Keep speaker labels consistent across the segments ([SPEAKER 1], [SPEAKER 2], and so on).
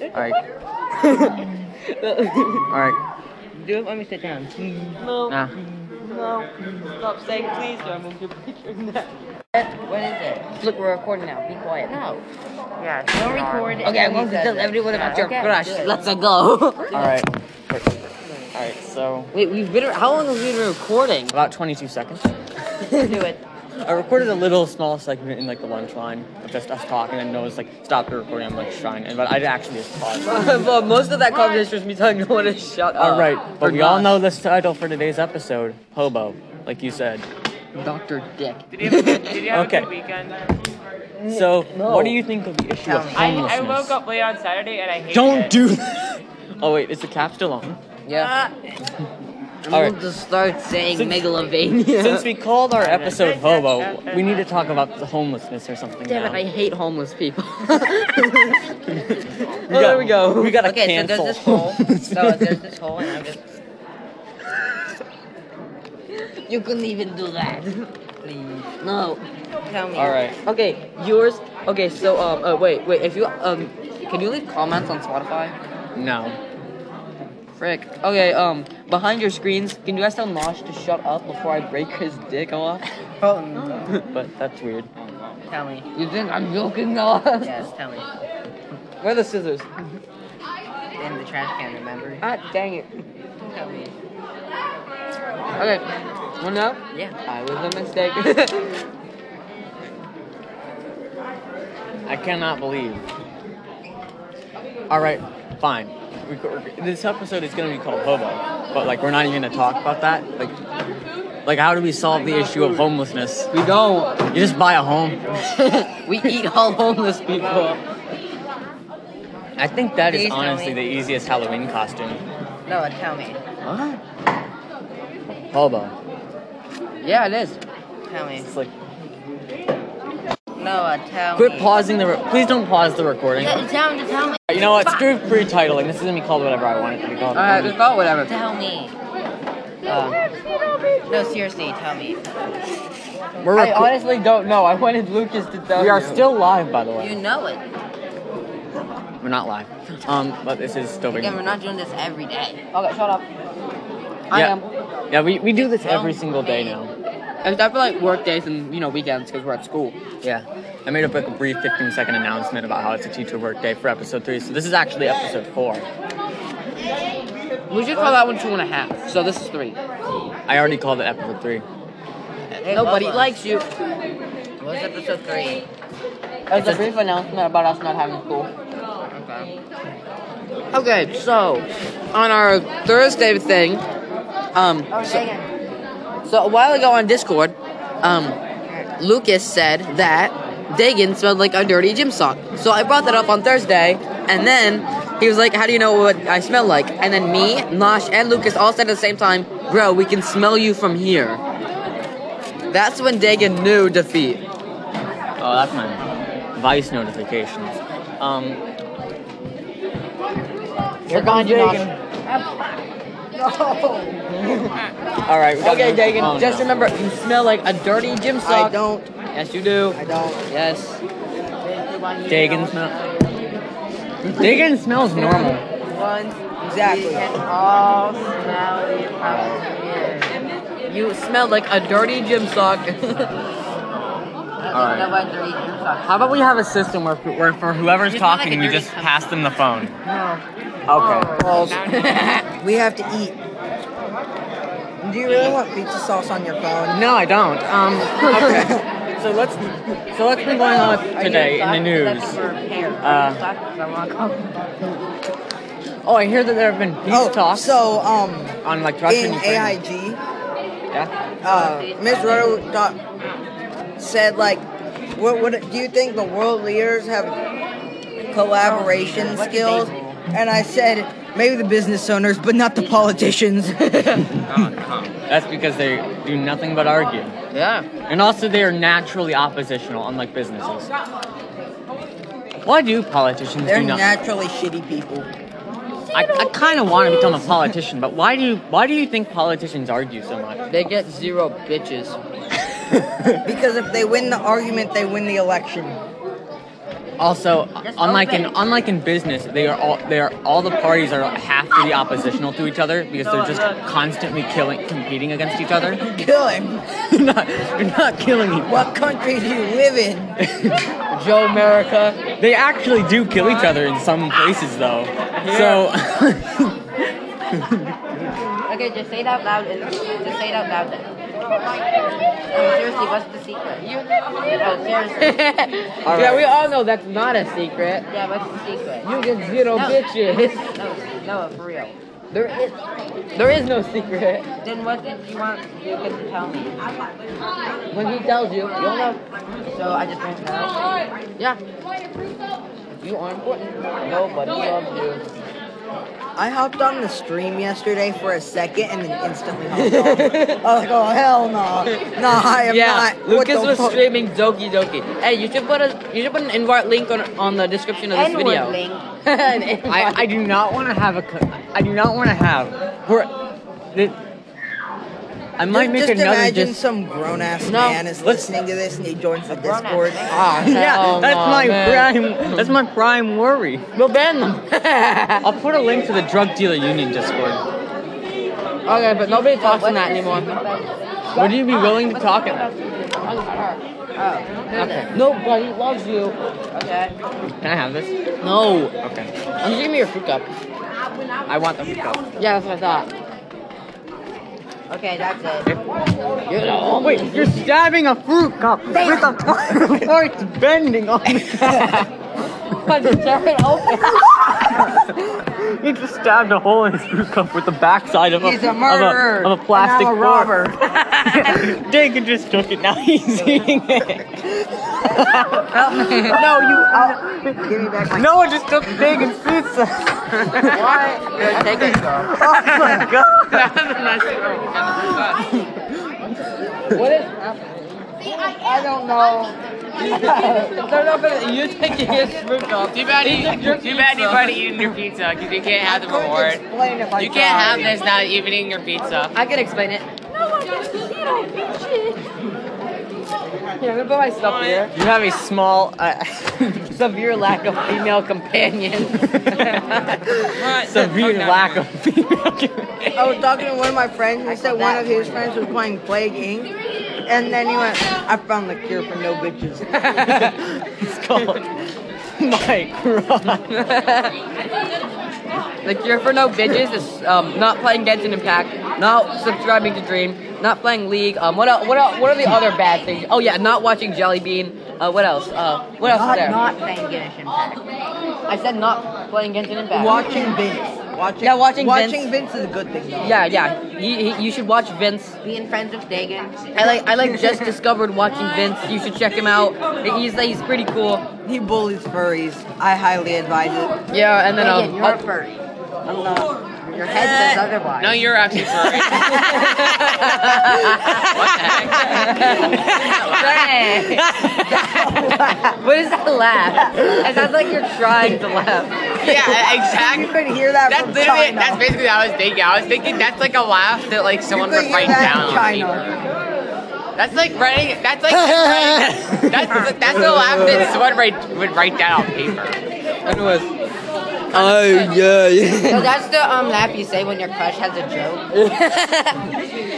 [SPEAKER 1] Alright. Alright.
[SPEAKER 2] Do it when we sit down.
[SPEAKER 3] No.
[SPEAKER 1] Nah.
[SPEAKER 3] No. Stop saying please or I move your picture next.
[SPEAKER 2] What is it?
[SPEAKER 4] Look, we're recording now. Be quiet.
[SPEAKER 2] No.
[SPEAKER 3] Yeah.
[SPEAKER 2] Don't record.
[SPEAKER 4] Okay, I'm going to tell everyone about your crush. Let's go.
[SPEAKER 1] Alright. Alright, so.
[SPEAKER 4] Wait, we've been. How long have we been recording?
[SPEAKER 1] About 22 seconds.
[SPEAKER 2] Let's do it.
[SPEAKER 1] I recorded a little small segment in like the lunch line of just us talking, and Noah's like stopped the recording. I'm like trying, and but I actually just paused.
[SPEAKER 4] well, most of that conversation was me telling you to shut up.
[SPEAKER 1] All right,
[SPEAKER 4] Or
[SPEAKER 1] but we all
[SPEAKER 4] not.
[SPEAKER 1] know this title for today's episode, Hobo, like you said.
[SPEAKER 4] Dr. Dick.
[SPEAKER 3] Did you have a good, did you have
[SPEAKER 1] Okay.
[SPEAKER 3] a good weekend?
[SPEAKER 1] So,
[SPEAKER 4] No.
[SPEAKER 1] what do you think of the issue
[SPEAKER 4] Tell
[SPEAKER 1] of
[SPEAKER 4] me.
[SPEAKER 3] I,
[SPEAKER 1] homelessness?
[SPEAKER 3] I woke up late on Saturday and I hated
[SPEAKER 1] Don't
[SPEAKER 3] it.
[SPEAKER 1] do that. Oh wait, is the cap still on?
[SPEAKER 2] Uh,
[SPEAKER 4] Yeah. I'm
[SPEAKER 1] All
[SPEAKER 4] going
[SPEAKER 1] right.
[SPEAKER 4] to start saying
[SPEAKER 1] Since-
[SPEAKER 4] megalovania.
[SPEAKER 1] Since we called our episode Hobo, we need to talk about the homelessness or something.
[SPEAKER 4] Damn
[SPEAKER 1] now.
[SPEAKER 4] it, I hate homeless people.
[SPEAKER 1] We
[SPEAKER 4] oh, there we go.
[SPEAKER 1] We gotta
[SPEAKER 2] Okay, so
[SPEAKER 1] cancel.
[SPEAKER 2] there's this hole. So there's this hole, and I'm just
[SPEAKER 4] You couldn't even do that.
[SPEAKER 2] please
[SPEAKER 4] No.
[SPEAKER 2] tell me.
[SPEAKER 1] all right.
[SPEAKER 4] Okay, yours. Okay, so um, uh, wait, wait. If you um, can you leave comments on Spotify?
[SPEAKER 1] No.
[SPEAKER 4] Frick. Okay, um, behind your screens, can you guys tell Nosh to shut up before I break his dick off?
[SPEAKER 2] Oh no.
[SPEAKER 1] But that's weird.
[SPEAKER 2] Tell me.
[SPEAKER 4] You think I'm joking, Nosh?
[SPEAKER 2] Yes, tell me.
[SPEAKER 4] Where are the scissors?
[SPEAKER 2] In the trash can, remember?
[SPEAKER 4] Ah, dang it.
[SPEAKER 2] Tell me.
[SPEAKER 4] Okay, well now,
[SPEAKER 2] Yeah.
[SPEAKER 4] I was a mistake.
[SPEAKER 1] I cannot believe. All right, fine. We, this episode is going to be called Hobo, but like we're not even going to talk about that. Like, like how do we solve the issue of homelessness?
[SPEAKER 4] we don't.
[SPEAKER 1] You just buy a home.
[SPEAKER 4] we eat all homeless people.
[SPEAKER 1] I think that is
[SPEAKER 2] Please tell
[SPEAKER 1] honestly the
[SPEAKER 2] me.
[SPEAKER 1] easiest Halloween costume.
[SPEAKER 2] No, tell me.
[SPEAKER 1] What? Hobo.
[SPEAKER 4] Yeah, it is.
[SPEAKER 2] Tell me.
[SPEAKER 1] It's like
[SPEAKER 2] No, tell
[SPEAKER 1] quit
[SPEAKER 2] me.
[SPEAKER 1] pausing the. Re- Please don't pause the recording.
[SPEAKER 2] Tell tell me. Tell me.
[SPEAKER 1] You know what? Screw pre-titling. This is gonna be called whatever I want it to be called.
[SPEAKER 2] Uh,
[SPEAKER 4] Alright, just call it whatever.
[SPEAKER 2] Tell me.
[SPEAKER 4] Uh,
[SPEAKER 2] No, seriously, tell me.
[SPEAKER 1] We're
[SPEAKER 4] I
[SPEAKER 1] reco-
[SPEAKER 4] honestly don't know. I wanted Lucas to tell
[SPEAKER 1] we are
[SPEAKER 4] you.
[SPEAKER 1] still live, by the way.
[SPEAKER 2] You know it.
[SPEAKER 1] We're not live. Um, but this is still being.
[SPEAKER 2] Again, we're not doing this every day.
[SPEAKER 4] Okay, shut up. I
[SPEAKER 1] yeah.
[SPEAKER 4] am.
[SPEAKER 1] Yeah, we, we do this every
[SPEAKER 2] Tell
[SPEAKER 1] single day
[SPEAKER 2] me.
[SPEAKER 1] now.
[SPEAKER 4] Except for like work days and you know weekends because we're at school.
[SPEAKER 1] Yeah. I made up like a brief 15 second announcement about how it's a teacher work day for episode three. So this is actually episode four.
[SPEAKER 4] We should call that one two and a half. So this is three.
[SPEAKER 1] I already called it episode three.
[SPEAKER 2] They
[SPEAKER 4] Nobody
[SPEAKER 2] love us.
[SPEAKER 4] likes you.
[SPEAKER 2] What was episode three?
[SPEAKER 4] It's a brief announcement about us not having school.
[SPEAKER 2] Okay.
[SPEAKER 4] Okay, so on our Thursday thing, um,
[SPEAKER 2] Oh,
[SPEAKER 4] so, so a while ago on Discord, um, Lucas said that Dagon smelled like a dirty gym sock. So I brought that up on Thursday, and then he was like, "How do you know what I smell like?" And then me, Nosh, and Lucas all said at the same time, "Bro, we can smell you from here." That's when Dagon knew defeat.
[SPEAKER 1] Oh, that's my Vice notifications. Um,
[SPEAKER 4] We're behind you, Nosh.
[SPEAKER 1] all right. We got
[SPEAKER 4] Okay,
[SPEAKER 1] no-
[SPEAKER 4] Dagon,
[SPEAKER 1] oh,
[SPEAKER 4] just
[SPEAKER 1] no.
[SPEAKER 4] remember, you smell like a dirty gym sock.
[SPEAKER 2] don't.
[SPEAKER 4] Yes, you do.
[SPEAKER 2] I don't.
[SPEAKER 4] Yes.
[SPEAKER 1] Dagon smells. Dagon smells normal.
[SPEAKER 2] One. Exactly. We can all smell it from here.
[SPEAKER 4] You smell like a dirty gym sock.
[SPEAKER 1] All right. How about we have a system where, where for whoever's
[SPEAKER 2] It's not like
[SPEAKER 1] talking,
[SPEAKER 2] a
[SPEAKER 1] we
[SPEAKER 2] dirty
[SPEAKER 1] just
[SPEAKER 2] cup.
[SPEAKER 1] pass them the phone?
[SPEAKER 2] No.
[SPEAKER 1] Okay.
[SPEAKER 4] Balls.
[SPEAKER 5] We have to eat. Do you really want pizza sauce on your phone?
[SPEAKER 1] No, I don't. Um, okay. so let's so what's been going on with today in the news? Uh, oh, I hear that there have been peace talks
[SPEAKER 5] Oh, so um,
[SPEAKER 1] on like Russia
[SPEAKER 5] in
[SPEAKER 1] and Ukraine.
[SPEAKER 5] AIG,
[SPEAKER 1] Yeah.
[SPEAKER 5] uh, Ms. Roto dot said like, what would do you think the world leaders have collaboration skills? And I said maybe the business owners, but not the politicians.
[SPEAKER 1] That's because they do nothing but argue,
[SPEAKER 4] yeah.
[SPEAKER 1] and also they are naturally oppositional, unlike businesses. Why do politicians
[SPEAKER 5] They're
[SPEAKER 1] do nothing?
[SPEAKER 5] naturally shitty people.
[SPEAKER 1] I, I kind of want to become a politician, but why do you why do you think politicians argue so much?
[SPEAKER 4] They get zero bitches.
[SPEAKER 5] Because if they win the argument, they win the election.
[SPEAKER 1] Also, uh,
[SPEAKER 2] Just
[SPEAKER 1] unlike in
[SPEAKER 2] open.
[SPEAKER 1] unlike in business, they are all they are all the parties are half to be oppositional to each other because they're just constantly killing, competing against each other.
[SPEAKER 5] Kill him.
[SPEAKER 1] you're, not, you're not killing each
[SPEAKER 5] What country do you live in?
[SPEAKER 4] Joe America.
[SPEAKER 1] They actually do kill each other in some places, though. So,
[SPEAKER 2] Okay, just say it out loud and just say it out loud. Then. No, seriously, what's the secret? You. Oh, seriously.
[SPEAKER 4] Yeah, we all know that's not a secret.
[SPEAKER 2] yeah, what's the secret?
[SPEAKER 4] You get zero
[SPEAKER 2] No.
[SPEAKER 4] bitches.
[SPEAKER 2] No, no, for real.
[SPEAKER 4] There is, there is no secret.
[SPEAKER 2] Then what did you want? You could tell me.
[SPEAKER 4] When he tells you, you'll know.
[SPEAKER 2] So I just won't tell.
[SPEAKER 4] Yeah. You are important. Nobody loves you.
[SPEAKER 5] I hopped on the stream yesterday for a second and then instantly hopped off. I was like, oh hell no, no, I am
[SPEAKER 4] yeah,
[SPEAKER 5] not. What
[SPEAKER 4] Lucas
[SPEAKER 5] the
[SPEAKER 4] was
[SPEAKER 5] fuck?
[SPEAKER 4] streaming Doki Doki. Hey, you should put a you should put an invite link on on the description of this
[SPEAKER 2] N-word
[SPEAKER 4] video.
[SPEAKER 2] link.
[SPEAKER 4] An invite.
[SPEAKER 1] I, I do not want to have a. co- I do not want to have. We're, the- I might make
[SPEAKER 5] just
[SPEAKER 1] another.
[SPEAKER 5] imagine
[SPEAKER 1] dis-
[SPEAKER 5] some grown ass
[SPEAKER 4] No,
[SPEAKER 5] man is
[SPEAKER 1] let's-
[SPEAKER 5] listening to this and he joins the
[SPEAKER 2] grown-ass
[SPEAKER 5] Discord.
[SPEAKER 2] man.
[SPEAKER 4] Ah,
[SPEAKER 1] yeah,
[SPEAKER 4] hell
[SPEAKER 1] that's
[SPEAKER 5] Oh,
[SPEAKER 4] no,
[SPEAKER 1] my
[SPEAKER 4] man.
[SPEAKER 1] prime. That's my prime worry.
[SPEAKER 4] We'll ban them.
[SPEAKER 1] I'll put a link to the drug dealer union Discord.
[SPEAKER 4] okay, but nobody talks on that anymore.
[SPEAKER 1] Would you be willing to talk at that?
[SPEAKER 2] Okay.
[SPEAKER 4] Nobody loves you.
[SPEAKER 2] Okay.
[SPEAKER 1] Can I have this?
[SPEAKER 4] No.
[SPEAKER 1] Okay.
[SPEAKER 4] I'm just giving me your fruit cup.
[SPEAKER 1] I want the fruit cup.
[SPEAKER 4] Yeah, that's what I thought.
[SPEAKER 2] Okay, that's it.
[SPEAKER 4] You're the only
[SPEAKER 1] Wait, you're stabbing a fruit cup with a fork before it's bending on the
[SPEAKER 4] one to tear it open.
[SPEAKER 1] He just stabbed a hole in his fruit cup with the backside of a,
[SPEAKER 5] He's a
[SPEAKER 1] of
[SPEAKER 5] murderer.
[SPEAKER 1] of a plastic
[SPEAKER 5] and I'm a
[SPEAKER 1] fork.
[SPEAKER 5] robber.
[SPEAKER 1] Dagan just took it. Now he's eating it. uh,
[SPEAKER 5] no, you. I'll, give me back my.
[SPEAKER 1] No one just took Dagan's pizza.
[SPEAKER 4] You're taking
[SPEAKER 1] Oh my god.
[SPEAKER 4] What is? I don't know. They're not gonna. You're taking his fruit cup.
[SPEAKER 6] Too bad,
[SPEAKER 4] He's like, your
[SPEAKER 6] you, too bad you
[SPEAKER 4] pizza.
[SPEAKER 6] already eaten your pizza because you can't have the reward.
[SPEAKER 5] Explain if I
[SPEAKER 6] You
[SPEAKER 5] tried.
[SPEAKER 6] can't have this not even eating your pizza.
[SPEAKER 4] I can explain it. Here, I'm gonna put my stuff here.
[SPEAKER 1] You have a small. Uh,
[SPEAKER 4] Severe lack of female companions.
[SPEAKER 6] Oh,
[SPEAKER 1] severe lack of female.
[SPEAKER 5] I was talking to one of my friends, and he said one of his friends was playing Plague Inc. And then he went, I found the cure for no bitches.
[SPEAKER 1] it's called Mike.
[SPEAKER 4] the cure for no bitches is um, not playing Genshin Impact, not subscribing to Dream, not playing League. Um, what else, what else, what are the other bad things? Oh yeah, not watching Jelly Bean. Uh, what else? Uh, what else is there?
[SPEAKER 2] Not playing Genshin Impact.
[SPEAKER 4] I said not playing Genshin Impact.
[SPEAKER 5] Watching Vince. Watching,
[SPEAKER 4] Yeah, watching
[SPEAKER 5] watching Vince. is a good thing, though.
[SPEAKER 4] Yeah, yeah. He, he, you should watch Vince.
[SPEAKER 2] Being friends with Dagan.
[SPEAKER 4] I like I like just discovered watching Vince. You should check him out. He's he's pretty cool.
[SPEAKER 5] He bullies furries. I highly advise it.
[SPEAKER 4] Yeah, and then
[SPEAKER 2] Dagan,
[SPEAKER 4] um,
[SPEAKER 2] you're a furry. I'm not. Your head says otherwise.
[SPEAKER 6] No, you're actually furry.
[SPEAKER 4] Dang. uh, what is that laugh? It sounds like you're trying to laugh.
[SPEAKER 6] yeah, e-,
[SPEAKER 5] You
[SPEAKER 6] exactly.
[SPEAKER 5] could hear that
[SPEAKER 6] That's
[SPEAKER 5] from
[SPEAKER 6] literally.
[SPEAKER 5] China.
[SPEAKER 6] That's basically what I was thinking. I was thinking that's like a laugh that like
[SPEAKER 5] you
[SPEAKER 6] someone
[SPEAKER 5] could
[SPEAKER 6] would
[SPEAKER 5] hear
[SPEAKER 6] write
[SPEAKER 5] that
[SPEAKER 6] down.
[SPEAKER 5] in
[SPEAKER 6] on paper.
[SPEAKER 5] China.
[SPEAKER 6] That's like writing. That's like that's that's a laugh that someone write, would write down on paper.
[SPEAKER 1] Anyways. Oh yeah.
[SPEAKER 2] So that's the um laugh you say when your crush has a joke.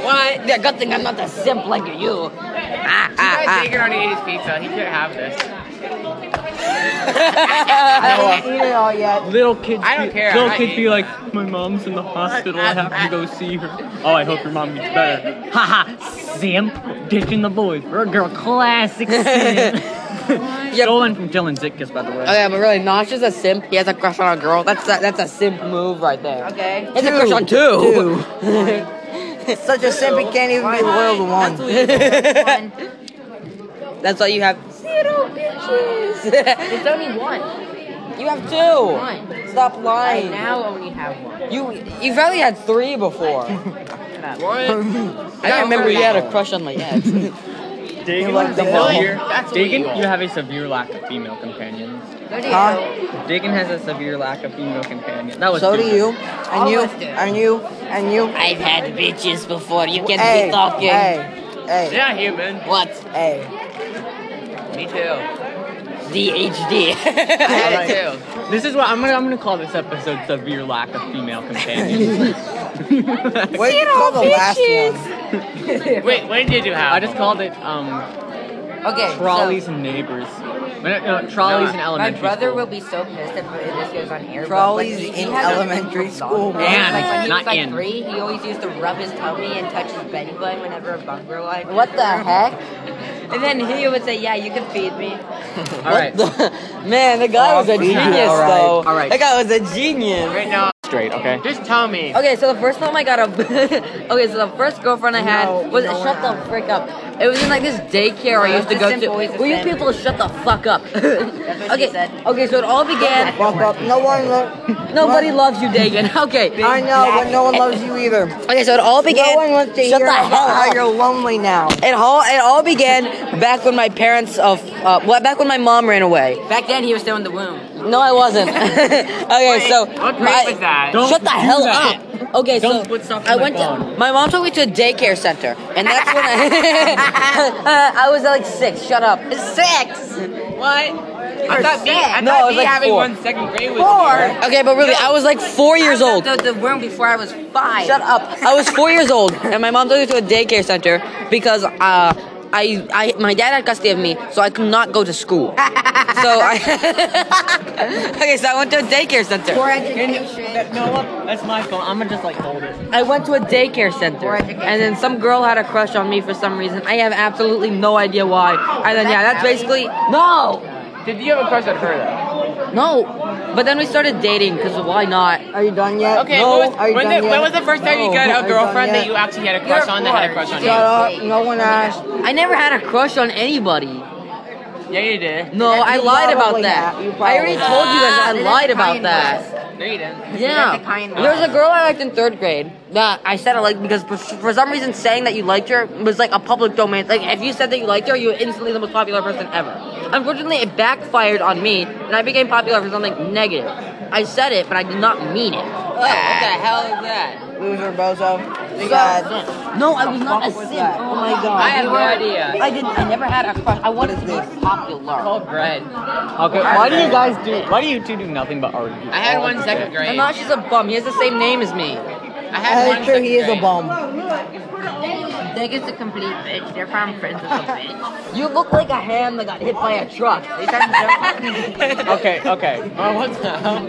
[SPEAKER 4] What? Yeah, good thing I'm not that simp like you. Ah,
[SPEAKER 6] I
[SPEAKER 4] ah,
[SPEAKER 6] Dagan already ate his pizza. He couldn't have this. Oh.
[SPEAKER 5] I haven't eaten it all yet.
[SPEAKER 1] Little kids.
[SPEAKER 6] I don't care.
[SPEAKER 1] Little
[SPEAKER 6] I
[SPEAKER 1] kids
[SPEAKER 6] eat.
[SPEAKER 1] be like, my mom's in the hospital. I have to go see her. Oh, I hope your mom gets better. Haha, simp, ditching the boys. Bird girl, classic simp. Stolen from Dylan Zitkus, by the way.
[SPEAKER 4] Okay, Oh, but really, Nosh is a simp. He has a crush on a girl. That's a, that's a simp move right there.
[SPEAKER 2] Okay.
[SPEAKER 4] He has a crush on two.
[SPEAKER 5] Such a simp, he can't even be loyal to one.
[SPEAKER 2] One.
[SPEAKER 4] That's all you have.
[SPEAKER 2] Zero bitches. It's only one.
[SPEAKER 4] You have two.
[SPEAKER 2] One.
[SPEAKER 4] Stop
[SPEAKER 2] I
[SPEAKER 4] lying.
[SPEAKER 2] now only have one.
[SPEAKER 4] You you've only had three before. I don't Um, remember you had a crush on my ex.
[SPEAKER 1] Dagan,
[SPEAKER 5] like the
[SPEAKER 1] Dagan,
[SPEAKER 6] Illegal. That's illegal.
[SPEAKER 1] Dagan, you have a severe lack of female companions.
[SPEAKER 2] Go to
[SPEAKER 5] Huh?
[SPEAKER 2] you.
[SPEAKER 1] Dagan has a severe lack of female companions. That was
[SPEAKER 5] So do
[SPEAKER 1] stupid.
[SPEAKER 5] you, and you, and you, and you.
[SPEAKER 4] I've had bitches before. You can
[SPEAKER 5] Hey,
[SPEAKER 4] be talking.
[SPEAKER 5] hey, hey,
[SPEAKER 6] Yeah, human.
[SPEAKER 4] What?
[SPEAKER 5] hey.
[SPEAKER 6] Me too.
[SPEAKER 4] DHD.
[SPEAKER 6] I had it too.
[SPEAKER 1] This is what I'm gonna I'm gonna call this episode severe lack of female companions.
[SPEAKER 5] What did you call the last one?
[SPEAKER 6] Wait, what did you do, Hal?
[SPEAKER 1] I just called it um
[SPEAKER 2] Okay.
[SPEAKER 1] trolleys
[SPEAKER 2] So
[SPEAKER 1] and neighbors. Wait, no, no, trolleys and
[SPEAKER 2] my
[SPEAKER 1] elementary.
[SPEAKER 2] brother
[SPEAKER 1] school.
[SPEAKER 2] will be so pissed if this goes on air. but,
[SPEAKER 5] Trolleys
[SPEAKER 2] like, he- he
[SPEAKER 5] in
[SPEAKER 2] has a-
[SPEAKER 5] elementary
[SPEAKER 1] And,
[SPEAKER 2] like
[SPEAKER 5] school.
[SPEAKER 2] when he
[SPEAKER 1] not
[SPEAKER 2] was like
[SPEAKER 1] in.
[SPEAKER 2] three, he always used to rub his tummy and touch his belly button whenever a bug were like.
[SPEAKER 5] What the heck?
[SPEAKER 2] And then he would say, "Yeah, you can feed me."
[SPEAKER 1] All right.
[SPEAKER 5] Man, the guy was a genius though.
[SPEAKER 1] All right.
[SPEAKER 5] That guy was a genius.
[SPEAKER 6] Wait, no.
[SPEAKER 1] Straight, okay.
[SPEAKER 6] Just tell me.
[SPEAKER 2] Okay, so the first time I got a, okay, so the first girlfriend I had was shut the frick up. It was in like this daycare I used to
[SPEAKER 5] the
[SPEAKER 2] go
[SPEAKER 5] simple
[SPEAKER 2] to.
[SPEAKER 5] is the
[SPEAKER 2] Will you
[SPEAKER 5] standard.
[SPEAKER 2] people shut the fuck up?
[SPEAKER 5] she
[SPEAKER 2] okay,
[SPEAKER 5] said.
[SPEAKER 2] okay, so it all began.
[SPEAKER 5] Bump up. No one lo-
[SPEAKER 2] Nobody
[SPEAKER 5] no-
[SPEAKER 2] loves you, Dagan. Okay.
[SPEAKER 5] I know, but no one loves you either. No
[SPEAKER 4] okay, so it all began.
[SPEAKER 5] one wants to
[SPEAKER 4] shut
[SPEAKER 5] hear
[SPEAKER 4] the
[SPEAKER 5] about
[SPEAKER 4] hell
[SPEAKER 5] how
[SPEAKER 4] up.
[SPEAKER 5] you're lonely now.
[SPEAKER 4] It all it all began back when my parents of uh, well, back when my mom ran away.
[SPEAKER 2] Back then, he was still in the womb.
[SPEAKER 4] No, I wasn't. okay, so
[SPEAKER 6] What
[SPEAKER 4] my-
[SPEAKER 6] grade was that?
[SPEAKER 1] Don't
[SPEAKER 4] shut the
[SPEAKER 1] do
[SPEAKER 4] hell
[SPEAKER 1] that.
[SPEAKER 4] up. Okay,
[SPEAKER 1] Don't
[SPEAKER 4] so
[SPEAKER 1] put stuff in
[SPEAKER 4] I
[SPEAKER 1] my
[SPEAKER 4] went.
[SPEAKER 1] phone.
[SPEAKER 4] To, my mom took me to a daycare center, and that's when I I was like six. Shut up. Six.
[SPEAKER 6] What? I thought me, I
[SPEAKER 4] No,
[SPEAKER 6] thought
[SPEAKER 4] it was
[SPEAKER 6] me
[SPEAKER 4] like
[SPEAKER 6] having
[SPEAKER 4] four.
[SPEAKER 6] one second grade was four.
[SPEAKER 4] Okay, but really, I was like four years
[SPEAKER 2] I
[SPEAKER 4] old.
[SPEAKER 2] was out The, the womb before I was five.
[SPEAKER 4] Shut up. I was four years old, and my mom took me to a daycare center because uh, I, I, my dad had custody of me, so I could not go to school. so I, okay, so I went to a daycare center.
[SPEAKER 2] Poor education.
[SPEAKER 1] No, what? that's my phone. I'm gonna just like hold it.
[SPEAKER 4] I went to a daycare center, and then some girl had a crush on me for some reason. I have absolutely no idea why. And then yeah, that's basically no,
[SPEAKER 6] Did you have a crush on her though?
[SPEAKER 4] no. But then we started dating because why not?
[SPEAKER 5] Are you done yet?
[SPEAKER 6] Okay,
[SPEAKER 5] no.
[SPEAKER 6] what
[SPEAKER 5] Are
[SPEAKER 6] was,
[SPEAKER 5] you
[SPEAKER 6] when,
[SPEAKER 5] done
[SPEAKER 6] the,
[SPEAKER 5] yet?
[SPEAKER 6] when was the first time you
[SPEAKER 5] No.
[SPEAKER 6] got
[SPEAKER 5] Are
[SPEAKER 6] a
[SPEAKER 5] you done
[SPEAKER 6] girlfriend
[SPEAKER 5] yet?
[SPEAKER 6] that you actually had a crush on that had a crush on
[SPEAKER 5] Shut up. No one asked.
[SPEAKER 4] I never had a crush on anybody.
[SPEAKER 6] you? Yeah, you did.
[SPEAKER 4] No,
[SPEAKER 5] You
[SPEAKER 4] I lied about
[SPEAKER 5] probably
[SPEAKER 4] that.
[SPEAKER 5] have. You
[SPEAKER 4] I already
[SPEAKER 5] probably
[SPEAKER 4] told you guys I
[SPEAKER 2] Ah,
[SPEAKER 4] lied about
[SPEAKER 2] Italian
[SPEAKER 4] that.
[SPEAKER 6] No, you didn't.
[SPEAKER 4] Yeah,
[SPEAKER 2] the kind
[SPEAKER 4] there was a girl I liked in third grade that I said I liked because for, for some reason saying that you liked her was like a public domain. Like if you said that you liked her, you were instantly the most popular person ever. Unfortunately, it backfired on me, and I became popular for something negative. I said it, but I did not mean it.
[SPEAKER 6] hell is that?
[SPEAKER 5] Loser bozo. God.
[SPEAKER 4] No, I was not a simp.
[SPEAKER 5] that?
[SPEAKER 4] Oh my god.
[SPEAKER 6] I have no idea.
[SPEAKER 4] I didn't. I never had a crush. I wanted to be popular.
[SPEAKER 6] All bread.
[SPEAKER 1] Okay. Why do you guys do? Why do you two do nothing but argue? Oh,
[SPEAKER 6] I had
[SPEAKER 1] all
[SPEAKER 5] Oh,
[SPEAKER 6] one
[SPEAKER 1] day?
[SPEAKER 6] second grade.
[SPEAKER 4] And now she's a bum. He has the same name as me.
[SPEAKER 6] I had one
[SPEAKER 5] That's true.
[SPEAKER 6] second
[SPEAKER 5] He is a
[SPEAKER 6] grade.
[SPEAKER 5] bum.
[SPEAKER 2] They get to complete bitch. They're from friends with a bitch.
[SPEAKER 4] You look like a ham that got hit by a truck.
[SPEAKER 2] They sound drunk.
[SPEAKER 1] Okay. Okay.
[SPEAKER 6] Oh, what the hell?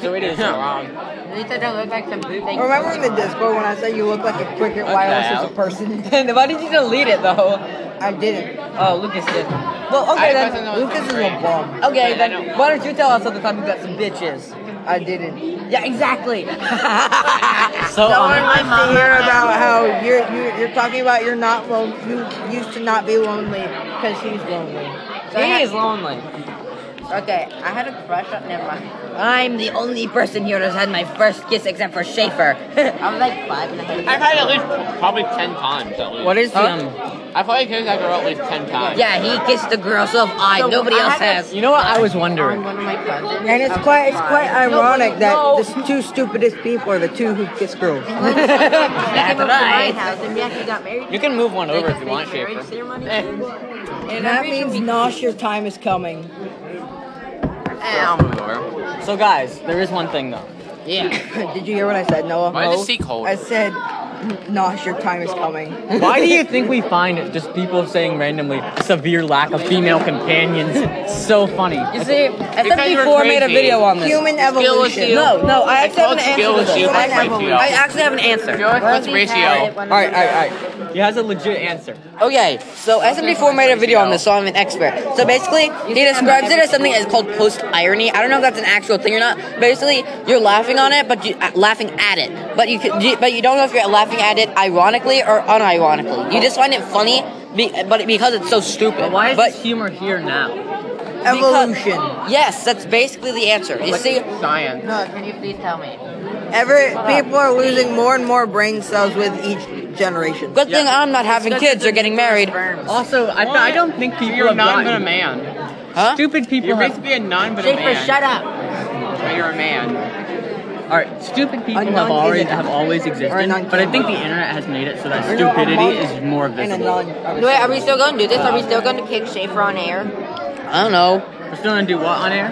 [SPEAKER 6] So it is wrong.
[SPEAKER 2] They said they look like some blue thing.
[SPEAKER 5] Remember in the Discord when I said you look like a cricket
[SPEAKER 6] What the
[SPEAKER 5] wireless
[SPEAKER 6] hell?
[SPEAKER 5] is a person?
[SPEAKER 4] Why did you delete it though?
[SPEAKER 5] I didn't.
[SPEAKER 4] Oh, Lucas did.
[SPEAKER 5] Well,
[SPEAKER 6] I
[SPEAKER 5] okay
[SPEAKER 6] wasn't
[SPEAKER 5] then.
[SPEAKER 6] on
[SPEAKER 5] Lucas is a
[SPEAKER 6] Discord.
[SPEAKER 5] bum.
[SPEAKER 4] Okay,
[SPEAKER 6] Yeah, I
[SPEAKER 4] then
[SPEAKER 6] know.
[SPEAKER 4] why don't you tell us all the time you got some bitches?
[SPEAKER 5] I didn't.
[SPEAKER 4] Yeah, exactly.
[SPEAKER 1] So um,
[SPEAKER 5] I to hear about how you're you, you're talking about you're not lon You used to not be lonely because he's lonely.
[SPEAKER 2] So I had-
[SPEAKER 4] lonely.
[SPEAKER 2] Okay, I had a crush on. Never mind.
[SPEAKER 4] I'm the only person here that's had my first kiss except for Schaefer.
[SPEAKER 2] I was like five and I had.
[SPEAKER 6] I've had it at least probably ten times at least.
[SPEAKER 4] is
[SPEAKER 1] Huh?
[SPEAKER 6] I probably kissed that girl at least ten times.
[SPEAKER 4] Yeah, he kissed the girl, so have I.
[SPEAKER 2] So
[SPEAKER 4] Nobody
[SPEAKER 2] I
[SPEAKER 4] else
[SPEAKER 2] had a-
[SPEAKER 4] has.
[SPEAKER 1] you know what I was wondering.
[SPEAKER 2] on one of my cousins.
[SPEAKER 5] And it's
[SPEAKER 2] I was
[SPEAKER 5] quite it's
[SPEAKER 2] five.
[SPEAKER 5] quite ironic that
[SPEAKER 4] no.
[SPEAKER 5] the two stupidest people are the two who kiss girls.
[SPEAKER 2] We came over to my
[SPEAKER 4] right.
[SPEAKER 2] house and we actually got married.
[SPEAKER 6] You can move one over if you
[SPEAKER 2] They
[SPEAKER 6] want,
[SPEAKER 2] did marriage
[SPEAKER 6] Schaefer.
[SPEAKER 2] ceremony.
[SPEAKER 5] And that means Nosh, your time is coming.
[SPEAKER 6] I'll move over.
[SPEAKER 1] So guys, there is one thing though.
[SPEAKER 6] Yeah.
[SPEAKER 5] Did you hear what I said, Noah?
[SPEAKER 6] Why is the
[SPEAKER 5] No.
[SPEAKER 6] seat cold?
[SPEAKER 5] I said, Nosh, your time is coming.
[SPEAKER 1] Why do you think we find just people saying randomly severe lack of female companions so funny?
[SPEAKER 4] You see,
[SPEAKER 6] Because we're
[SPEAKER 4] FMP4 made a
[SPEAKER 6] crazy.
[SPEAKER 4] video on this.
[SPEAKER 5] Human evolution.
[SPEAKER 6] you.
[SPEAKER 4] No, no, I actually have
[SPEAKER 6] called
[SPEAKER 4] an
[SPEAKER 6] skill
[SPEAKER 4] answer to
[SPEAKER 6] with you.
[SPEAKER 4] this. I
[SPEAKER 6] What's
[SPEAKER 4] have-
[SPEAKER 6] ratio?
[SPEAKER 4] I actually have an answer.
[SPEAKER 6] Joe, what's ratio? uh,
[SPEAKER 4] All right, all right, all right.
[SPEAKER 1] He has a legit answer.
[SPEAKER 4] Okay, so SMD4 made a video on this, so I'm an expert. So basically, he describes it as something that's called post irony. I don't know if that's an actual thing or not. Basically, you're laughing on it, but you, uh, laughing at it, but you, can- you but you don't know if you're laughing at it ironically or unironically. You just find it funny, be, but because it's so stupid. But
[SPEAKER 1] Why is this humor here now?
[SPEAKER 4] because-
[SPEAKER 5] Evolution.
[SPEAKER 4] yes, that's basically the answer. You see,
[SPEAKER 6] Science.
[SPEAKER 2] No, can you please tell me?
[SPEAKER 5] Every people are losing more and more brain cells with each generation.
[SPEAKER 4] good thing I'm not having
[SPEAKER 2] It's good
[SPEAKER 4] kids
[SPEAKER 2] that
[SPEAKER 4] or getting
[SPEAKER 2] there's
[SPEAKER 4] married, Oh,
[SPEAKER 2] sperms.
[SPEAKER 1] Also, I, I don't think people
[SPEAKER 6] You're
[SPEAKER 1] have
[SPEAKER 6] not but a
[SPEAKER 1] gotten,
[SPEAKER 6] man.
[SPEAKER 4] huh?
[SPEAKER 1] stupid people
[SPEAKER 6] You're
[SPEAKER 1] have,
[SPEAKER 6] basically a non but a
[SPEAKER 2] Schaefer,
[SPEAKER 6] man.
[SPEAKER 2] shut up.
[SPEAKER 6] But you're a man.
[SPEAKER 1] all right, stupid people
[SPEAKER 5] A
[SPEAKER 1] have
[SPEAKER 5] nun
[SPEAKER 1] already
[SPEAKER 5] isn't-
[SPEAKER 1] have always
[SPEAKER 5] or a
[SPEAKER 1] existed,
[SPEAKER 5] nun
[SPEAKER 1] but I
[SPEAKER 5] can't
[SPEAKER 1] think
[SPEAKER 5] be.
[SPEAKER 1] the internet has made it so that
[SPEAKER 5] Or no, a monk
[SPEAKER 1] stupidity is more
[SPEAKER 5] and a
[SPEAKER 1] visible.
[SPEAKER 5] nun.
[SPEAKER 2] Wait, are we still going to do this? Are we still going to kick Schaefer on air?
[SPEAKER 4] I don't know.
[SPEAKER 1] We're still gonna do what on air?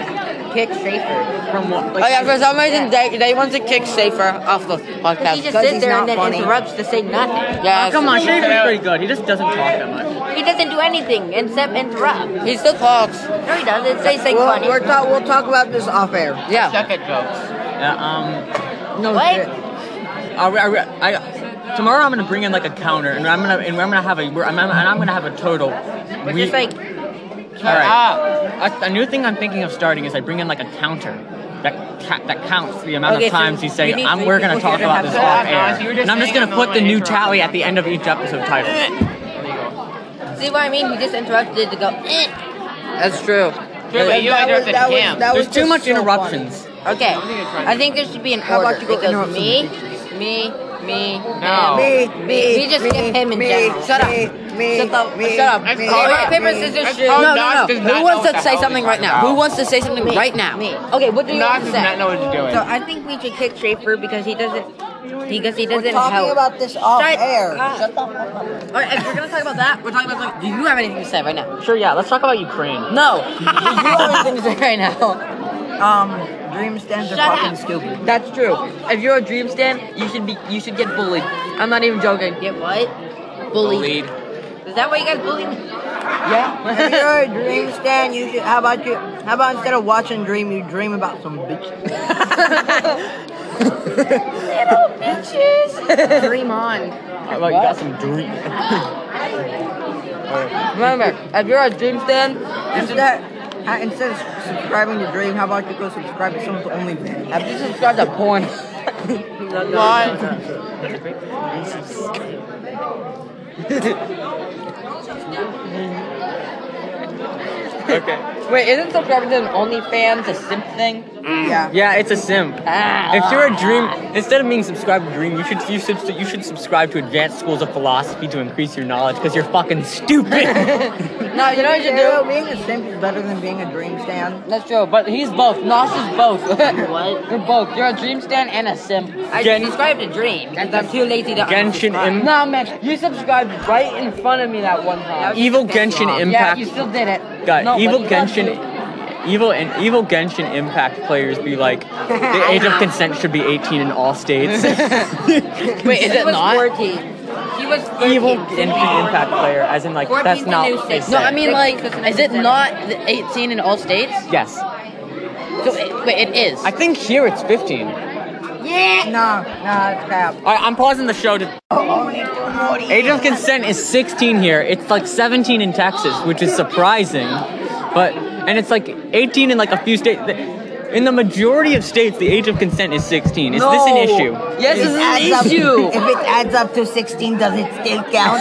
[SPEAKER 2] Kick Schaefer.
[SPEAKER 1] From what? Like,
[SPEAKER 4] Oh yeah, for some reason they, they want to kick Schaefer off the podcast.
[SPEAKER 2] He just
[SPEAKER 5] Because
[SPEAKER 2] sits
[SPEAKER 5] he's
[SPEAKER 2] there
[SPEAKER 5] not
[SPEAKER 2] and then
[SPEAKER 5] funny.
[SPEAKER 2] interrupts to say nothing.
[SPEAKER 4] yeah,
[SPEAKER 1] Oh, come on, Schaefer's pretty good. He just doesn't talk that much.
[SPEAKER 2] He doesn't do anything except interrupt.
[SPEAKER 4] He still talks.
[SPEAKER 2] No, he doesn't say something
[SPEAKER 5] We'll,
[SPEAKER 2] funny.
[SPEAKER 5] we're talk, we'll talk about this off air.
[SPEAKER 4] Yeah.
[SPEAKER 6] Suck at jokes.
[SPEAKER 1] Yeah, um,
[SPEAKER 5] No
[SPEAKER 2] What?
[SPEAKER 5] shit.
[SPEAKER 1] are we, are we, I, tomorrow I'm gonna bring in like a counter, and I'm gonna and I'm gonna have a we're, I'm, I'm, and I'm gonna have a total.
[SPEAKER 2] We're
[SPEAKER 1] We-
[SPEAKER 2] just like,
[SPEAKER 1] All
[SPEAKER 6] Shut up.
[SPEAKER 1] right. A, a new thing I'm thinking of starting is I bring in like a counter that ca- that counts the amount
[SPEAKER 2] Okay,
[SPEAKER 1] of
[SPEAKER 2] so
[SPEAKER 1] times you say
[SPEAKER 2] you need
[SPEAKER 1] I'm
[SPEAKER 2] three
[SPEAKER 1] we're gonna
[SPEAKER 2] people
[SPEAKER 1] talk
[SPEAKER 2] here to
[SPEAKER 1] about this
[SPEAKER 2] have to-
[SPEAKER 1] off
[SPEAKER 6] Yeah, no, so
[SPEAKER 1] air,
[SPEAKER 6] you're just
[SPEAKER 1] and I'm just
[SPEAKER 6] saying
[SPEAKER 1] gonna
[SPEAKER 6] I'm the
[SPEAKER 1] put the
[SPEAKER 6] only
[SPEAKER 1] new
[SPEAKER 6] one
[SPEAKER 1] tally at the end of each episode title.
[SPEAKER 2] see what I mean? He just interrupted to go, eh.
[SPEAKER 4] That's true.
[SPEAKER 6] True, but you
[SPEAKER 5] That was-
[SPEAKER 6] interrupted
[SPEAKER 5] that was-
[SPEAKER 6] him.
[SPEAKER 5] that was
[SPEAKER 1] There's too
[SPEAKER 5] just
[SPEAKER 1] much
[SPEAKER 5] so
[SPEAKER 1] interruptions.
[SPEAKER 2] Okay, I think there should be an
[SPEAKER 5] How
[SPEAKER 2] order.
[SPEAKER 5] about you go
[SPEAKER 2] It goes
[SPEAKER 5] interrupt
[SPEAKER 2] me, me, me,
[SPEAKER 6] No.
[SPEAKER 5] funny. Me, me,
[SPEAKER 2] We just
[SPEAKER 5] me,
[SPEAKER 2] skip him in
[SPEAKER 5] me,
[SPEAKER 2] general.
[SPEAKER 5] Shut up. Me,
[SPEAKER 4] Shut up.
[SPEAKER 5] Me,
[SPEAKER 4] Shut up.
[SPEAKER 5] Me,
[SPEAKER 6] Let's call it
[SPEAKER 2] paper,
[SPEAKER 5] me.
[SPEAKER 2] scissors,
[SPEAKER 6] Let's
[SPEAKER 2] shoot.
[SPEAKER 6] call
[SPEAKER 4] No,
[SPEAKER 6] Nas
[SPEAKER 4] no, no.
[SPEAKER 6] does not know
[SPEAKER 4] Who wants
[SPEAKER 6] what
[SPEAKER 4] to
[SPEAKER 6] the
[SPEAKER 4] say
[SPEAKER 6] hell
[SPEAKER 4] something
[SPEAKER 6] he's
[SPEAKER 4] right now?
[SPEAKER 6] talking
[SPEAKER 4] Who
[SPEAKER 6] about.
[SPEAKER 4] wants to say something right now?
[SPEAKER 2] Me. Okay, what do you
[SPEAKER 6] Nas
[SPEAKER 2] want to
[SPEAKER 6] does
[SPEAKER 2] say?
[SPEAKER 6] not know what he's doing.
[SPEAKER 2] So I think we should kick Schaefer because he doesn't, because he doesn't
[SPEAKER 5] We're talking
[SPEAKER 2] help.
[SPEAKER 5] about this off
[SPEAKER 2] Shut
[SPEAKER 5] air.
[SPEAKER 2] up.
[SPEAKER 5] Shut the fuck up.
[SPEAKER 4] Uh, All right, if we're gonna talk about that, we're talking about. Something. Do you have anything to say right now?
[SPEAKER 1] Sure, yeah. Let's talk about Ukraine.
[SPEAKER 4] No. Do you have anything to say right now?
[SPEAKER 5] Um, dream stands are
[SPEAKER 2] Shut
[SPEAKER 5] fucking
[SPEAKER 2] up.
[SPEAKER 5] stupid.
[SPEAKER 4] That's true. If you're a dream stan, you should be. You should get bullied. I'm not even joking.
[SPEAKER 2] Get what?
[SPEAKER 4] Bullied.
[SPEAKER 2] Is that why you guys bully me?
[SPEAKER 5] if you're a dream stan, you should. How about you? How about instead of watching Dream, you dream about some bitch?
[SPEAKER 2] Dream on.
[SPEAKER 1] How about you got some drink?
[SPEAKER 4] Remember, if you're a dream stan,
[SPEAKER 5] Instead, uh, instead of subscribing to Dream, how about you go subscribe to someone's OnlyFans?
[SPEAKER 4] if you subscribe to porn.
[SPEAKER 6] What?
[SPEAKER 4] Wait, isn't subscribing to an OnlyFans a simp thing?
[SPEAKER 5] Mm. Yeah.
[SPEAKER 1] Yeah, it's a simp.
[SPEAKER 4] Ah.
[SPEAKER 1] If you're a dream, instead of being subscribed to Dream, you should you should you should subscribe to Advanced Schools of Philosophy to increase your knowledge because you're fucking stupid.
[SPEAKER 4] No, you know what you should
[SPEAKER 5] Yeah,
[SPEAKER 4] do.
[SPEAKER 5] being a simp is better than being a dream stan.
[SPEAKER 4] That's true, but he's both. Nos is both. what? You're both. You're a dream stan and a simp.
[SPEAKER 2] I
[SPEAKER 1] Gen-
[SPEAKER 2] subscribe to Dream because I'm too lazy to
[SPEAKER 1] Genshin
[SPEAKER 2] unsubscribe.
[SPEAKER 1] Im-
[SPEAKER 4] No man, you subscribed right in front of me that one time.
[SPEAKER 1] evil Genshin
[SPEAKER 4] Yeah,
[SPEAKER 1] Impact.
[SPEAKER 4] you still did it.
[SPEAKER 1] God,
[SPEAKER 4] No,
[SPEAKER 1] evil
[SPEAKER 4] but you got
[SPEAKER 1] Genshin,
[SPEAKER 4] to-
[SPEAKER 1] evil and evil Genshin Impact players be like, the age of consent should be 18 in all states.
[SPEAKER 4] Wait, is
[SPEAKER 2] He
[SPEAKER 4] it
[SPEAKER 2] was
[SPEAKER 4] not?
[SPEAKER 2] 14. He was 13.
[SPEAKER 1] evil Genshin Impact player, as in like that's
[SPEAKER 2] 14's the
[SPEAKER 1] not.
[SPEAKER 2] new
[SPEAKER 1] what they
[SPEAKER 2] six.
[SPEAKER 4] No,
[SPEAKER 1] said.
[SPEAKER 4] I mean like, is it not the 18 in all states?
[SPEAKER 1] Yes,
[SPEAKER 4] So it, wait, it is.
[SPEAKER 1] I think here it's 15. All
[SPEAKER 5] No, no, it's crap.
[SPEAKER 1] right, I'm pausing the show to. Age of consent is 16 here. It's like 17 in Texas, which is surprising, but and it's like 18 in like a few states. In the majority of states, the age of consent is 16. Is this an issue?
[SPEAKER 4] Yes,
[SPEAKER 5] It adds
[SPEAKER 4] it's
[SPEAKER 5] up-
[SPEAKER 4] an issue.
[SPEAKER 5] If it adds up to 16, does it still count?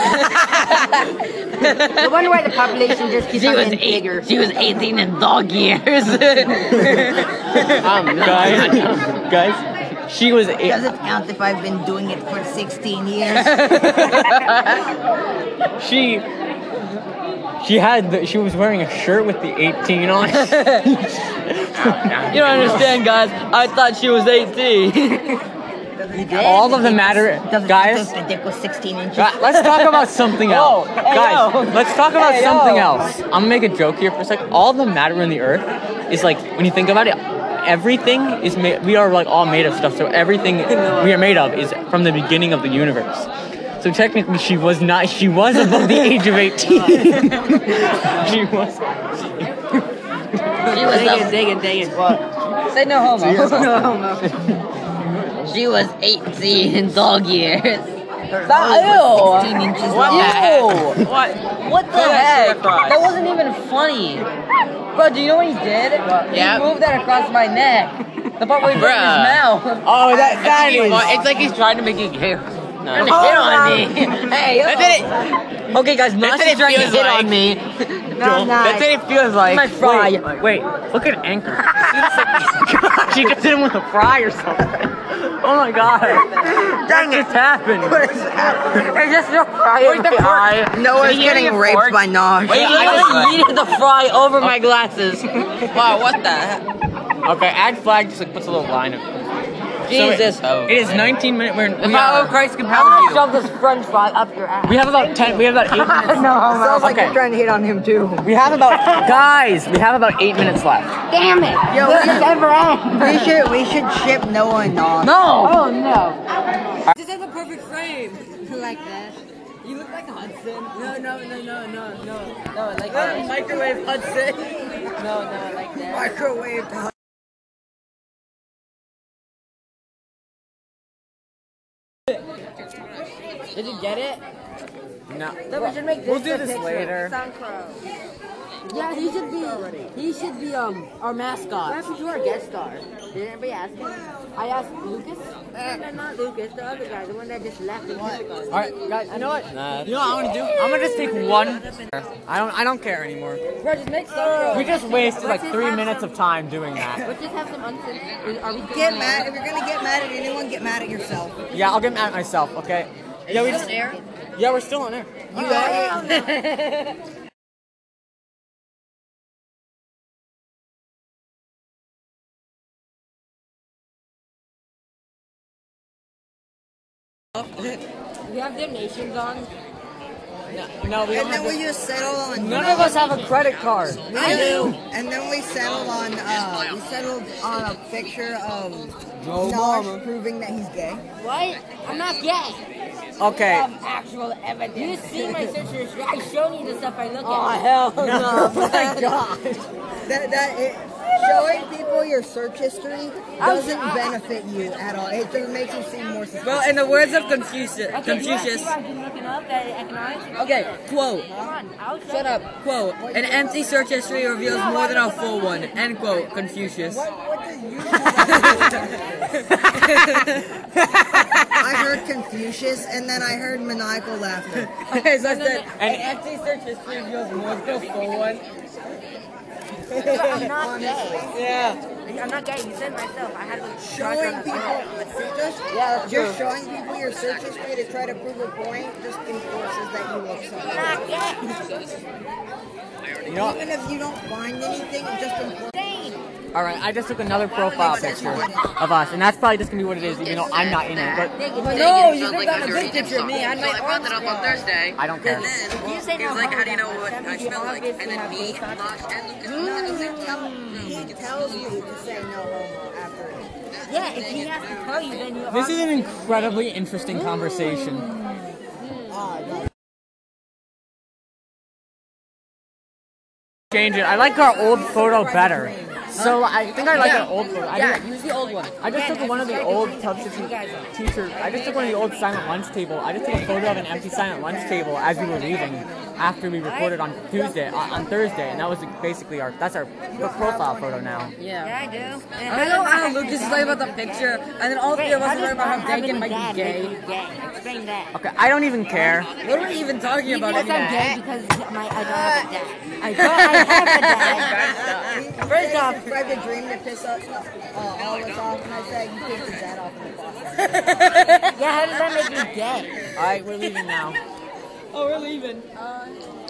[SPEAKER 2] No wonder why the population just keeps
[SPEAKER 4] She
[SPEAKER 2] on
[SPEAKER 4] was
[SPEAKER 2] getting
[SPEAKER 4] eight.
[SPEAKER 2] bigger.
[SPEAKER 4] She was 18 in dog years. um,
[SPEAKER 1] guys, guys, she was.
[SPEAKER 5] does
[SPEAKER 1] Eight,
[SPEAKER 5] it count if I've been doing it for 16 years?
[SPEAKER 1] she. She had. The, she was wearing a shirt with the 18 on. it.
[SPEAKER 4] You don't understand, guys. I thought she was 18.
[SPEAKER 1] All of the matter,
[SPEAKER 5] Does it
[SPEAKER 1] guys.
[SPEAKER 5] count if the dick was 16 inches?
[SPEAKER 1] Right, let's talk about something else.
[SPEAKER 4] hey,
[SPEAKER 1] guys,
[SPEAKER 4] yo.
[SPEAKER 1] let's talk about
[SPEAKER 4] Hey, yo.
[SPEAKER 1] something else. I'm gonna make a joke here for a sec. All the matter in the earth is like, when you think about it, everything is made, we are like all made of stuff. So everything we are made of is from the beginning of the universe. So technically, she was not, she was above the age of 18. she was.
[SPEAKER 4] She was digging, digging, digging. Say no homo. no homo. She was 18 in dog years. Stop, ew.
[SPEAKER 5] 16 inches
[SPEAKER 4] What the
[SPEAKER 5] long.
[SPEAKER 4] heck? What? What the heck?
[SPEAKER 6] across.
[SPEAKER 4] That wasn't even funny. Bro, do you know what he did?
[SPEAKER 6] Yeah.
[SPEAKER 4] He moved that across my neck. The part where he put it in his
[SPEAKER 6] Bruh.
[SPEAKER 4] mouth.
[SPEAKER 1] Oh, that, that
[SPEAKER 6] He
[SPEAKER 1] is.
[SPEAKER 6] wa- It's like he's trying to make you gay.
[SPEAKER 4] Trying
[SPEAKER 5] Oh,
[SPEAKER 4] to
[SPEAKER 6] No.
[SPEAKER 4] hit on me. Oh, Hey, yo.
[SPEAKER 6] That's it.
[SPEAKER 4] Okay, guys, Nas
[SPEAKER 6] what
[SPEAKER 4] is
[SPEAKER 6] it
[SPEAKER 4] trying to
[SPEAKER 6] feels
[SPEAKER 4] hit
[SPEAKER 6] like.
[SPEAKER 4] on me.
[SPEAKER 5] No, I'm not.
[SPEAKER 6] That's what it feels like.
[SPEAKER 4] My fry.
[SPEAKER 1] Wait, wait, look at Anchor. she just did it with a fry or something. Oh my god. Dang what just happened?
[SPEAKER 5] What is happening?
[SPEAKER 4] It's just your fry. in my eye.
[SPEAKER 5] Noah's
[SPEAKER 6] Are you getting
[SPEAKER 5] getting
[SPEAKER 6] a
[SPEAKER 5] raped
[SPEAKER 6] fork?
[SPEAKER 5] by Nog.
[SPEAKER 4] I
[SPEAKER 6] Wait,
[SPEAKER 4] Oh,
[SPEAKER 6] I
[SPEAKER 4] just yeeted the fry over my glasses. Wow, what the heck?
[SPEAKER 1] Okay, add flag just like puts a little line of
[SPEAKER 7] Jesus.
[SPEAKER 6] It is 19 minutes. We're,
[SPEAKER 1] The
[SPEAKER 6] we,
[SPEAKER 1] power of
[SPEAKER 6] are,
[SPEAKER 1] Christ compels you.
[SPEAKER 8] Shove this french fry up your ass.
[SPEAKER 6] we have about 10. We have about 8 minutes.
[SPEAKER 5] Sounds like
[SPEAKER 1] okay.
[SPEAKER 5] you're trying to hit on him too.
[SPEAKER 1] We have about guys. We have about eight minutes left.
[SPEAKER 8] Damn it!
[SPEAKER 5] Yo,
[SPEAKER 8] This
[SPEAKER 5] we,
[SPEAKER 8] is ever end.
[SPEAKER 5] we should we should ship Noah and Nog.
[SPEAKER 1] No.
[SPEAKER 8] Oh no.
[SPEAKER 2] Just have a perfect frame. like that. You look like Hudson. No, no, no, no, no, no. No, like that. Microwave Hudson. No, no, like that.
[SPEAKER 5] Microwave.
[SPEAKER 2] Did you get it?
[SPEAKER 1] No.
[SPEAKER 2] Then we should make this
[SPEAKER 1] We'll do this later.
[SPEAKER 2] SoundCloud. Yeah, he should be. He should be um our mascot.
[SPEAKER 8] What happened to our guest star? Did anybody ask him? I asked Lucas. Uh, not Lucas, the other guy, the one that just left. What?
[SPEAKER 1] All right, guys. You know what? you know what I want to do? I'm gonna just take one. I don't. I don't care anymore.
[SPEAKER 2] Bro, just make some.
[SPEAKER 1] We just wasted like three minutes of time doing that.
[SPEAKER 8] Let's just have some uncensored. Are we doing
[SPEAKER 5] Get
[SPEAKER 8] it?
[SPEAKER 5] mad if you're gonna get mad at anyone. Get mad at yourself.
[SPEAKER 1] Yeah, I'll get mad at myself. Okay. Yeah, we just. Yeah, we're still on air.
[SPEAKER 2] We have donations on.
[SPEAKER 1] No, we don't
[SPEAKER 5] And
[SPEAKER 1] have.
[SPEAKER 5] then we just settle on.
[SPEAKER 1] None of us have a credit card.
[SPEAKER 5] I do. And then we settled on uh, we settled on a picture of Nog proving that he's gay.
[SPEAKER 2] What? I'm not gay.
[SPEAKER 1] Okay.
[SPEAKER 2] Actual evidence. You see my search history. I show you the stuff I look at.
[SPEAKER 1] hell no! my God.
[SPEAKER 5] That that it, showing people your search history doesn't benefit you at all. It just makes you seem more suspicious.
[SPEAKER 2] Well, in the words of Confucius,
[SPEAKER 4] Okay, you wanna see what
[SPEAKER 2] I've been looking up that economics.
[SPEAKER 4] Okay, quote.
[SPEAKER 2] Come on, I'll show
[SPEAKER 4] Shut up. Quote. An empty search history reveals more than a full one. End quote. Confucius.
[SPEAKER 5] I heard Confucius and then I heard maniacal laughter.
[SPEAKER 4] Okay, so I said an empty search history reveals more than a full one.
[SPEAKER 8] I'm not gay.
[SPEAKER 4] Yeah.
[SPEAKER 8] I'm not gay. You said myself. I had to
[SPEAKER 5] Showing people just, yeah, just showing people your search history to try to prove a point just enforces that you look something.
[SPEAKER 8] not gay.
[SPEAKER 1] You know. what?
[SPEAKER 5] Even if you don't find anything, it just enforces.
[SPEAKER 1] All right, I just took another profile picture of us, and that's probably just gonna be what it is, even though I'm not in it. But
[SPEAKER 2] No, you took that a big picture of me. I had my arms out.
[SPEAKER 1] I don't care.
[SPEAKER 8] You said he was like, how do you know what I smell like? And then me,
[SPEAKER 5] He tells you to say no after it.
[SPEAKER 2] Yeah, if he has to tell you, then you
[SPEAKER 1] This is an incredibly interesting conversation. Change it. I like our old photo better. So I think I like our old photo. I
[SPEAKER 2] Yeah,
[SPEAKER 1] didn't-
[SPEAKER 2] use the old one.
[SPEAKER 1] I just took one of the old substitute teacher. I just took one of the old silent lunch table. I just took a photo of an empty silent lunch table as we were leaving after we recorded on Tuesday, on on Thursday, and that was basically our. That's our profile photo now.
[SPEAKER 2] Yeah, I do.
[SPEAKER 4] I don't know how Lucas is talking about the picture, and then all three of us are talking about how Dakin might be gay.
[SPEAKER 2] Explain that.
[SPEAKER 1] Okay, I don't even care.
[SPEAKER 4] What are we even talking
[SPEAKER 2] He
[SPEAKER 4] about
[SPEAKER 2] thinks I'm
[SPEAKER 4] anymore?
[SPEAKER 2] gay because my, I don't have a dad. I don't. I have a dad.
[SPEAKER 5] First off, described a dream to piss us, uh, all of us off, and I said, you pissed your dad off in the process.
[SPEAKER 2] Yeah, how does that make me gay?
[SPEAKER 1] All right, we're leaving now.
[SPEAKER 4] Oh, we're leaving.